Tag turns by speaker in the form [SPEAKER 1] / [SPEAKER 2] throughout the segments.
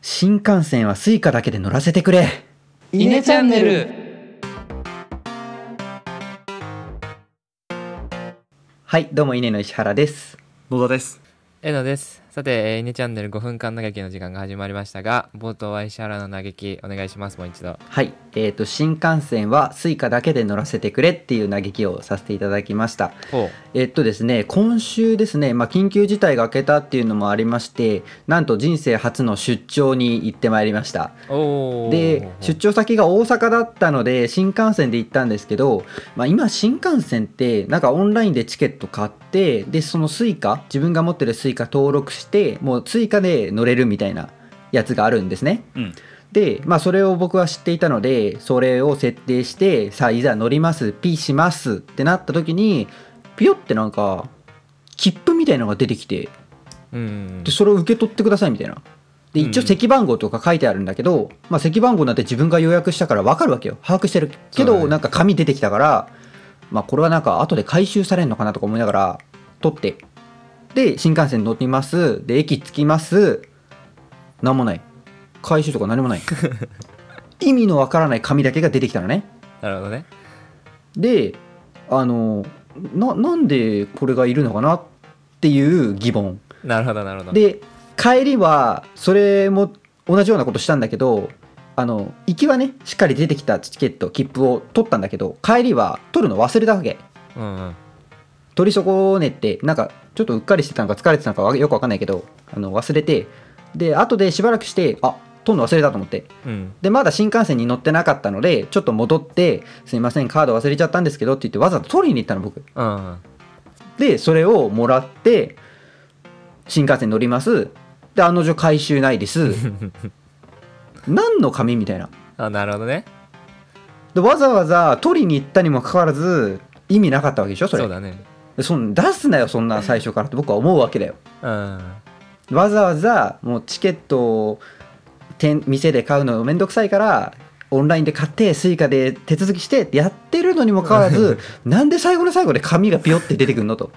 [SPEAKER 1] 新幹線はスイカだけで乗らせてくれ
[SPEAKER 2] イネチャンネル
[SPEAKER 1] はいどうも稲の石原です
[SPEAKER 3] 野田です
[SPEAKER 4] えのです。さて、えーイネチャンネル5分間嘆きの時間が始まりましたが、冒頭は石原の嘆き、お願いします、もう一度。
[SPEAKER 1] はいえー、と新幹線はスイカだけで乗らせてくれっていう嘆きをさせていただきました
[SPEAKER 4] ほ
[SPEAKER 1] えっとですね今週ですね、まあ、緊急事態が明けたっていうのもありましてなんと人生初の出張に行ってまいりました
[SPEAKER 4] う。おー
[SPEAKER 1] で出張先が大阪だったので新幹線で行ったんですけど、まあ、今新幹線ってなんかオンラインでチケット買ってでその Suica 自分が持ってる Suica 登録してもう Suica で乗れるみたいなやつがあるんですね
[SPEAKER 3] うん
[SPEAKER 1] で、まあ、それを僕は知っていたのでそれを設定してさあいざ乗りますピーしますってなった時にピヨってなんか切符みたいなのが出てきて
[SPEAKER 4] うんうん
[SPEAKER 1] でそれを受け取ってくださいみたいなで一応席番号とか書いてあるんだけど、まあ、席番号なんて自分が予約したから分かるわけよ把握してるけ
[SPEAKER 4] そう
[SPEAKER 1] ど、
[SPEAKER 4] だね
[SPEAKER 1] なんか紙出てきたから、まあ、これはなんか後で回収されるのかなとか思いながら取ってで新幹線乗りますで駅着きます何もない回収とか何 もない意味のわからない紙だけが出てきたのね
[SPEAKER 4] なるほどね。
[SPEAKER 1] であのななんでこれがいるのかなっていう疑問
[SPEAKER 4] なるほど、なるほど。
[SPEAKER 1] で帰りはそれも同じようなことしたんだけどあの行きはねしっかり出てきたチケット切符を取ったんだけど帰りは取るの忘れたわけ
[SPEAKER 4] うんうん。
[SPEAKER 1] 取り損ねてなんかちょっとうっかりしてたのか疲れてたのかわよくわかんないけどあの忘れてで後でしばらくしてあ取るの忘れたと思って
[SPEAKER 4] うん。
[SPEAKER 1] でまだ新幹線に乗ってなかったのでちょっと戻って「すいませんカード忘れちゃったんですけど」って言ってわざと取りに行ったの僕
[SPEAKER 4] うん うん。
[SPEAKER 1] でそれをもらって新幹線乗りますで案の定回収ないです何の紙みたいな
[SPEAKER 4] あ、なるほどね。
[SPEAKER 1] でわざわざ取りに行ったにもかかわらず意味なかったわけでしょそれ
[SPEAKER 4] そうだね。
[SPEAKER 1] でそん出すなよそんな最初からって 僕は思うわけだよ
[SPEAKER 4] うん。
[SPEAKER 1] わざわざもうチケットを店店で買うのめんどくさいからオンラインで買ってスイカで手続きしてってやってるのにもかかわら ずなんで最後の最後で紙がピヨって出てくるのと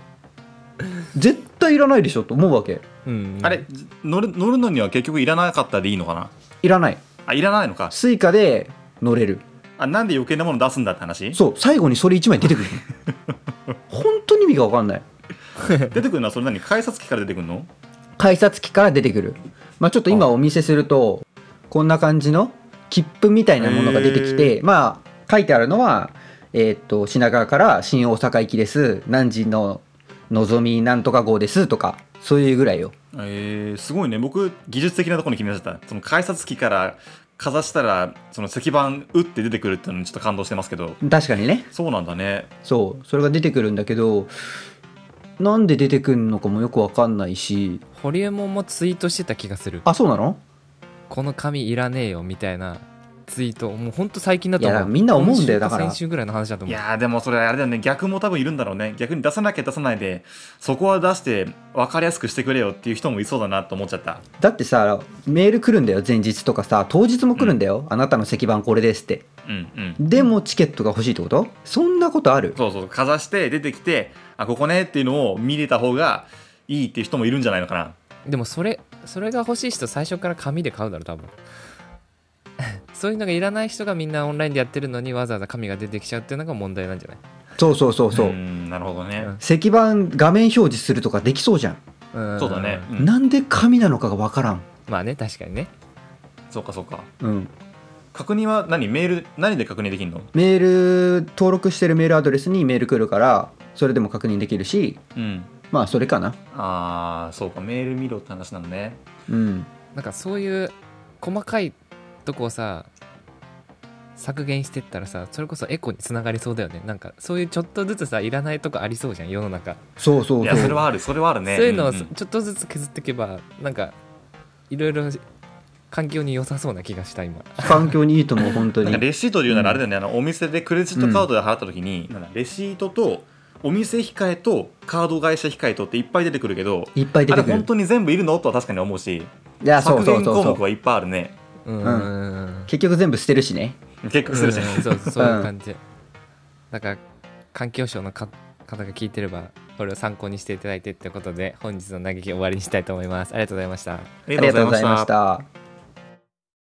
[SPEAKER 1] 絶対いらないでしょと思うわけ
[SPEAKER 4] うん。
[SPEAKER 3] あれ乗る乗るのには結局いらなかったでいいのかない
[SPEAKER 1] らない
[SPEAKER 3] あいらないのか
[SPEAKER 1] スイカで乗れる
[SPEAKER 3] あなんで余計なもの出すんだって話
[SPEAKER 1] そう最後にそれ1枚出て くる本当に意味が分かんない
[SPEAKER 3] 出てくるのはそれ何改札機から出てくるの
[SPEAKER 1] 改札機から出てくる、まあ、ちょっと今お見せするとこんな感じの切符みたいなものが出てきてまあ書いてあるのは、えーっと品川から新大阪行きです何時ののぞみなんとか号ですとかそういうぐらいよ
[SPEAKER 3] えー、すごいね僕技術的なところに気になっちゃったその改札機からかざしたらその石板打って出てくるっていうのにちょっと感動してますけど
[SPEAKER 1] 確かにね
[SPEAKER 3] そうなんだね
[SPEAKER 1] そうそれが出てくるんだけどなんで出てくるのかもよく分かんないし
[SPEAKER 4] ホリエモンもツイートしてた気がする。
[SPEAKER 1] あそうなの
[SPEAKER 4] この紙いらねえよ、みたいなツイート。もうほんと最近だと思う。
[SPEAKER 1] いやみんな思うんだよ
[SPEAKER 4] 今週
[SPEAKER 1] だから
[SPEAKER 4] 先週ぐらいの話だと
[SPEAKER 3] い
[SPEAKER 4] 思う。
[SPEAKER 3] やーでもそれあれだよね逆も多分いるんだろうね逆に出さなきゃ出さないでそこは出して分かりやすくしてくれよっていう人もいそうだなと思っちゃった
[SPEAKER 1] だってさメール来るんだよ前日とかさ当日も来るんだよ、あなたの石板これですって
[SPEAKER 3] うんうん
[SPEAKER 1] でもチケットが欲しいってことそんなことある
[SPEAKER 3] そうそうかざして出てきてあここねっていうのを見れた方がいいっていう人もいるんじゃないのかな
[SPEAKER 4] でもそれ、それが欲しい人、最初から紙で買うだろ、多分。 そういうのがいらない人がみんなオンラインでやってるのにわざわざ紙が出てきちゃうっていうのが問題なんじゃない
[SPEAKER 1] そうそうそうそう、
[SPEAKER 3] んなるほどね、
[SPEAKER 4] うん
[SPEAKER 1] 石板画面表示するとかできそうじゃん、
[SPEAKER 4] うん
[SPEAKER 3] そうだね、うん
[SPEAKER 1] なんで紙なのかが分からん
[SPEAKER 4] まあね確かにね
[SPEAKER 3] そうかそうか
[SPEAKER 1] うん
[SPEAKER 3] 確認は何メール何で確認できるの
[SPEAKER 1] メール登録してるメールアドレスにメール来るからそれでも確認できるし
[SPEAKER 3] うん
[SPEAKER 1] まあそれかな
[SPEAKER 3] あーそうかメール見ろって話なのね
[SPEAKER 1] うん
[SPEAKER 4] なんかそういう細かいとこをさ削減してったらさそれこそエコにつながりそうだよねなんかそういうちょっとずつさいらないとこありそうじゃん世の中、
[SPEAKER 1] そうそう
[SPEAKER 3] い
[SPEAKER 1] そう
[SPEAKER 3] やそれはあるそれはあるね
[SPEAKER 4] そういうのを
[SPEAKER 3] ん
[SPEAKER 4] そ
[SPEAKER 3] ん
[SPEAKER 4] ちょっとずつ削っていけばなんかいろいろ環境に良さそうな気がした今
[SPEAKER 1] 環境にいいと思う本当
[SPEAKER 3] なんか
[SPEAKER 1] に
[SPEAKER 3] レシートで言うならあれだよね、あのお店でクレジットカードで払った時に、なんだレシートとお店控えとカード会社控えとっていっぱい出てくるけど
[SPEAKER 1] いっぱい出
[SPEAKER 3] あ
[SPEAKER 1] て
[SPEAKER 3] れ
[SPEAKER 1] くる
[SPEAKER 3] 本当に全部いるのとは確かに思うし
[SPEAKER 1] いやそう
[SPEAKER 3] 削
[SPEAKER 1] そう
[SPEAKER 3] 減
[SPEAKER 1] そう
[SPEAKER 3] 項
[SPEAKER 1] そ
[SPEAKER 3] 目
[SPEAKER 1] う
[SPEAKER 3] はいっぱいあるね
[SPEAKER 4] うんんうん
[SPEAKER 1] 結局全部捨てるしね
[SPEAKER 3] 結
[SPEAKER 4] うん
[SPEAKER 3] 局するじゃん、
[SPEAKER 4] そうそういう感じだから環境省のか方が聞いてればこれを参考にしていただいてってことで本日の嘆き終わりにしたいと思いますありがとうございました
[SPEAKER 3] あり
[SPEAKER 1] ありがとうございました